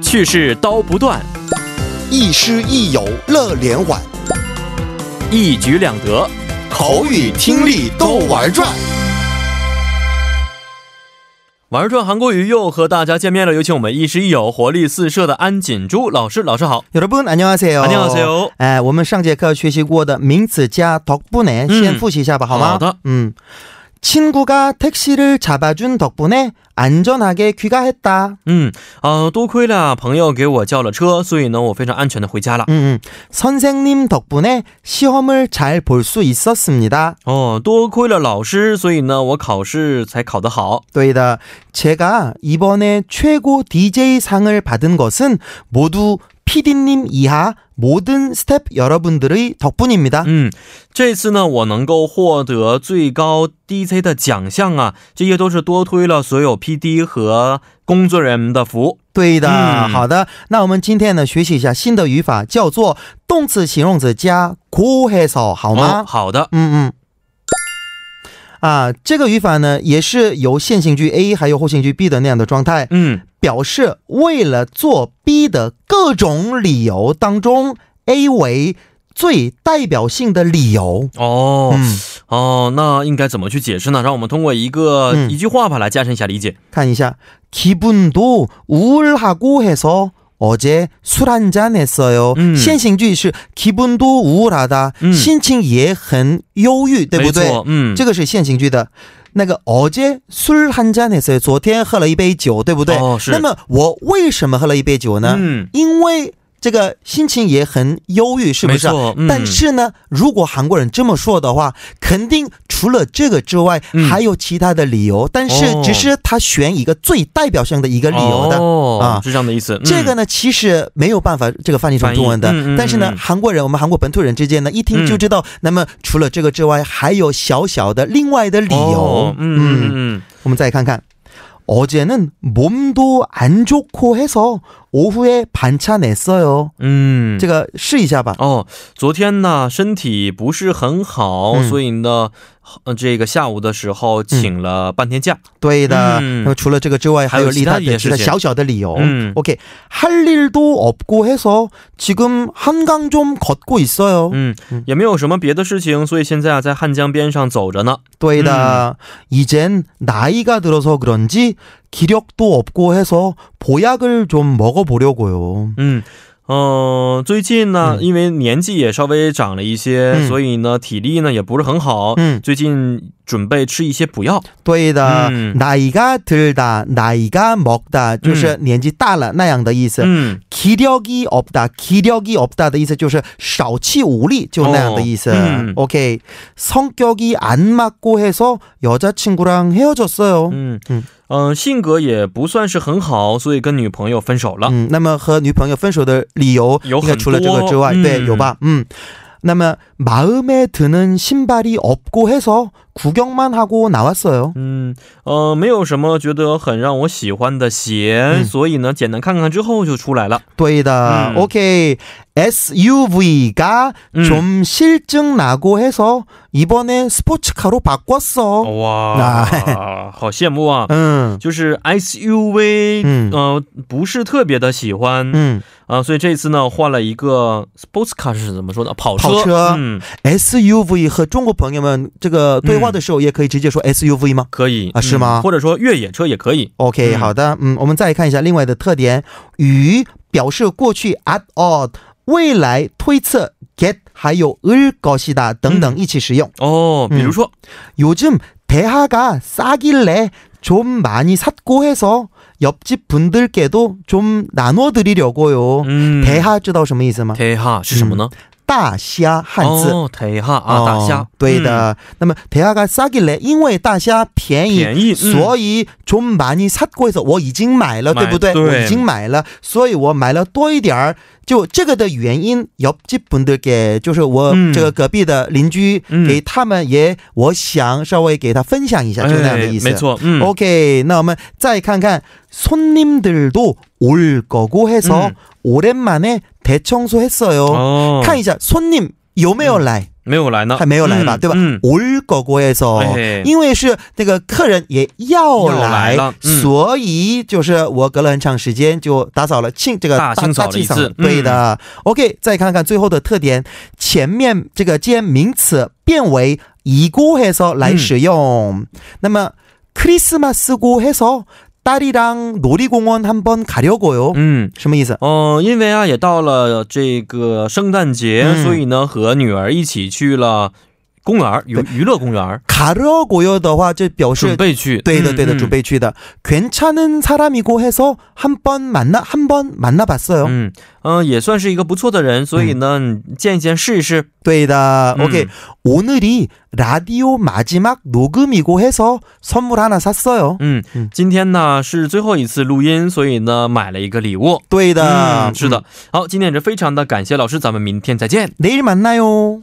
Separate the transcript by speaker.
Speaker 1: 去世刀不断，
Speaker 2: 亦师亦友乐连环，
Speaker 1: 一举两得。
Speaker 2: 口语听力都玩转。
Speaker 1: 玩转韩国语又和大家见面了，有请我们亦师亦友、活力四射的安锦珠老师。老师好，
Speaker 3: 여러분 안녕하세요.
Speaker 1: 안녕하세요.
Speaker 3: 哎，我们上节课学习过的名词加 덕분에
Speaker 1: 嗯。
Speaker 3: 先复习一下吧，好吗？
Speaker 1: 好的
Speaker 3: 嗯，친구가택시를 잡아준 덕분에 안전하게 귀가했다.
Speaker 1: 嗯，呃，多亏了朋友给我叫了车，所以呢，我非常安全的回家了。
Speaker 3: 음, 음. 선생님 덕분에 시험을 잘 볼 수 있었습니다.
Speaker 1: 哦，多亏了老师，所以呢，我考试才考得好。
Speaker 3: 또이다. 제가 이번에 최고 DJ 상을 받은 것은 모두 PD님 이하 모든 스텝 여러분들의 덕분입니다.
Speaker 1: 嗯，这次呢，我能够获得最高 DC 的奖项啊，这些都是多推了所有 PD 和工作人员的福。
Speaker 3: 对的，
Speaker 1: 嗯
Speaker 3: 好的。那我们今天呢，学习一下新的语法，叫做动词、形容词加고해서，好吗？
Speaker 1: 哦好的，
Speaker 3: 嗯嗯。啊，这个语法呢，也是由现行句 A 还有后行句 B 的那样的状态，
Speaker 1: 嗯，
Speaker 3: 表示为了做 B 的各种理由当中，A 为最代表性的理由。
Speaker 1: 哦，
Speaker 3: 嗯，
Speaker 1: 哦，那应该怎么去解释呢？让我们通过一个、
Speaker 3: 嗯
Speaker 1: 一句话吧来加深一下理解。
Speaker 3: 看一下，기분도우울하고해서어제술한잔했어요。
Speaker 1: 嗯
Speaker 3: 先行句是기분도우울하다，
Speaker 1: 嗯
Speaker 3: 心情也很忧郁，对不
Speaker 1: 没
Speaker 3: 对
Speaker 1: 错？嗯，
Speaker 3: 这个是现行句的。那个어제술한잔했어요，昨天喝了一杯酒，对不对？
Speaker 1: 哦是
Speaker 3: 那么我为什么喝了一杯酒呢？
Speaker 1: 嗯，
Speaker 3: 因为这个心情也很忧郁，是不是啊
Speaker 1: 没？错嗯
Speaker 3: 但是呢，如果韩国人这么说的话，肯定除了这个之外，
Speaker 1: 嗯
Speaker 3: 还有其他的理由。但是
Speaker 1: 哦
Speaker 3: 只是他选一个最代表性的一个理由的。
Speaker 1: 哦、
Speaker 3: 啊
Speaker 1: 是这样的意思。嗯
Speaker 3: 这个呢，其实没有办法这个翻译成中文的，
Speaker 1: 翻译嗯嗯
Speaker 3: 但是呢，
Speaker 1: 嗯
Speaker 3: 韩国人我们韩国本土人之间呢，一听就知道。那么除了这个之外，还有小小的另外的理由。
Speaker 1: 哦嗯嗯嗯，
Speaker 3: 我们再看看。어제는 몸도 안 좋고 해서 오후에 반찬했어요.
Speaker 1: 嗯，这个
Speaker 3: 这个试一下吧。
Speaker 1: 哦，昨天呢身体不是很好，
Speaker 3: 嗯
Speaker 1: 所以呢，呃，这个下午的时候请了
Speaker 3: 嗯
Speaker 1: 半天假。
Speaker 3: 对的。
Speaker 1: 음. 还有其他也是这样。
Speaker 3: 那么除了这个之外，还有其他的小小的理由。
Speaker 1: 음.
Speaker 3: 오케이. 할 일도 없고 해서 지금 한강 좀 걷고 있어요.
Speaker 1: 嗯，也没有什么别的事情，所以现在啊在汉江边上走着呢。
Speaker 3: 对的. 이젠 나이가 들어서 그런지 기력도 없고 해서 보약을 좀 먹어보려고요.
Speaker 1: 嗯。嗯、最近呢、因为年纪也稍微长了一些，
Speaker 3: 嗯
Speaker 1: 所以呢，体力呢也不是很好。
Speaker 3: 嗯
Speaker 1: 最近准备吃一些补药。
Speaker 3: 음， 对的.
Speaker 1: 음.
Speaker 3: 나이가 들다, 나이가 먹다,
Speaker 1: 음。
Speaker 3: 就是年纪大了那样的意思。
Speaker 1: 嗯，
Speaker 3: 기력이 없다, 기력이 없다 的意思就是少气无力就那样的意思
Speaker 1: 어, 음.
Speaker 3: 오케이. 성격이 안 맞고 해서 여자친구랑 헤어졌어요. 음.
Speaker 1: 嗯
Speaker 3: 嗯
Speaker 1: 嗯、呃性格也不算是很好，所以跟女朋友分手了。
Speaker 3: 嗯，那么和女朋友分手的理由，
Speaker 1: 有
Speaker 3: 应该
Speaker 1: 很
Speaker 3: 除了这个之外，
Speaker 1: 多嗯
Speaker 3: 对，有吧？嗯。那么 음. 마음에드는신발이없고해서구경만하고나왔어요。
Speaker 1: 嗯呃，没有什么觉得很让我喜欢的鞋，
Speaker 3: 嗯
Speaker 1: 所以呢，简单看看之后就出来了。
Speaker 3: 对的
Speaker 1: 嗯
Speaker 3: ，OK。SUV가
Speaker 1: 음.
Speaker 3: 좀 실증 나고 해서 이번에 스포츠카로 바꿨어.
Speaker 1: 哇
Speaker 3: 啊，
Speaker 1: 好羡慕啊！
Speaker 3: 嗯
Speaker 1: 就是 SUV，
Speaker 3: 嗯
Speaker 1: 呃，不是特别的喜欢啊、
Speaker 3: 嗯
Speaker 1: 所以这次呢换了一个 sports car 是怎么说呢？跑车，
Speaker 3: 跑车
Speaker 1: 嗯，
Speaker 3: ，SUV 和中国朋友们这个对话的时候，也可以直接说 SUV 吗
Speaker 1: 可以
Speaker 3: 啊是吗
Speaker 1: 嗯或者说越野车也可以。
Speaker 3: ？OK，、
Speaker 1: 嗯
Speaker 3: 好的，嗯，我们再看一下另外的特点，与表示过去 at all、未来推测 get 还有 을 것이다 等等一起使用。
Speaker 1: 哦，比如
Speaker 3: 嗯
Speaker 1: 说，
Speaker 3: 요즘 대하가 싸길래 좀 많이 샀고 해서 옆집 분들께도 좀 나눠드리려고요.
Speaker 1: 嗯，
Speaker 3: 대하 知道什么意思吗？
Speaker 1: 台哈是什么呢？
Speaker 3: 大虾嗯汉字。
Speaker 1: 哦，台哈啊，大虾，
Speaker 3: 对
Speaker 1: 嗯，
Speaker 3: 的。那么대하가싸길래，因为大虾便宜，
Speaker 1: 便宜嗯
Speaker 3: 所以좀많이샀고 해서我已经买了，
Speaker 1: 买
Speaker 3: 对不对？
Speaker 1: 对
Speaker 3: 我已经买了，所以我买了多一点儿。就这个的原因，옆집분들께就是我
Speaker 1: 嗯
Speaker 3: 这个隔壁的邻居，
Speaker 1: 嗯
Speaker 3: 给他们也，我想稍微给他分享一下，啊就那样的意思。
Speaker 1: 哎没。错，嗯，
Speaker 3: OK，那我们再看看손님들도올거고해서
Speaker 1: 嗯
Speaker 3: 오랜만에대청소했어요。
Speaker 1: 哦，
Speaker 3: 看一下손님有没有来？
Speaker 1: 没有来呢，
Speaker 3: 还没有来吧，
Speaker 1: 嗯
Speaker 3: 对吧？
Speaker 1: 嗯，
Speaker 3: 올 거고에서
Speaker 1: 哎
Speaker 3: 因为是那个客人也要
Speaker 1: 要来
Speaker 3: 来，
Speaker 1: 了嗯
Speaker 3: 所以就是我隔了很长时间就打扫了清这个
Speaker 1: 大清扫了
Speaker 3: 大清
Speaker 1: 一次
Speaker 3: 扫
Speaker 1: 嗯
Speaker 3: 对的、OK，再看看最后的特点，前面这个接名词变为이고해서来使用。
Speaker 1: 嗯
Speaker 3: 那么크리스마스고해서딸이랑놀이공원한번가려고요、
Speaker 1: 嗯。
Speaker 3: 什么意思？
Speaker 1: 嗯、因为啊，也到了这个圣诞节，
Speaker 3: 嗯
Speaker 1: 所以呢，和女儿一起去了公园儿，娱娱乐公园儿，
Speaker 3: 가려고요的话就表示
Speaker 1: 准备去。
Speaker 3: 对的，
Speaker 1: 嗯
Speaker 3: 对的，准。备去的。 네, 괜찮은 사람이고 해서 한 번 만나 한 번 만나봤어요.
Speaker 1: 嗯嗯、呃也算是一个不错的人，所以呢，你见一见试一试。
Speaker 3: 对的.
Speaker 1: 음.
Speaker 3: 오케이. 오늘이 라디오 마지막 녹음이고 해서 선물 하나 샀어요.
Speaker 1: 嗯
Speaker 3: 嗯，
Speaker 1: 今天呢是最后一次录音，所以呢买了一个礼物。
Speaker 3: 对的.
Speaker 1: 嗯，是的。好，今天也是非常的感谢老师，咱们明天再见。
Speaker 3: 내일 만나요.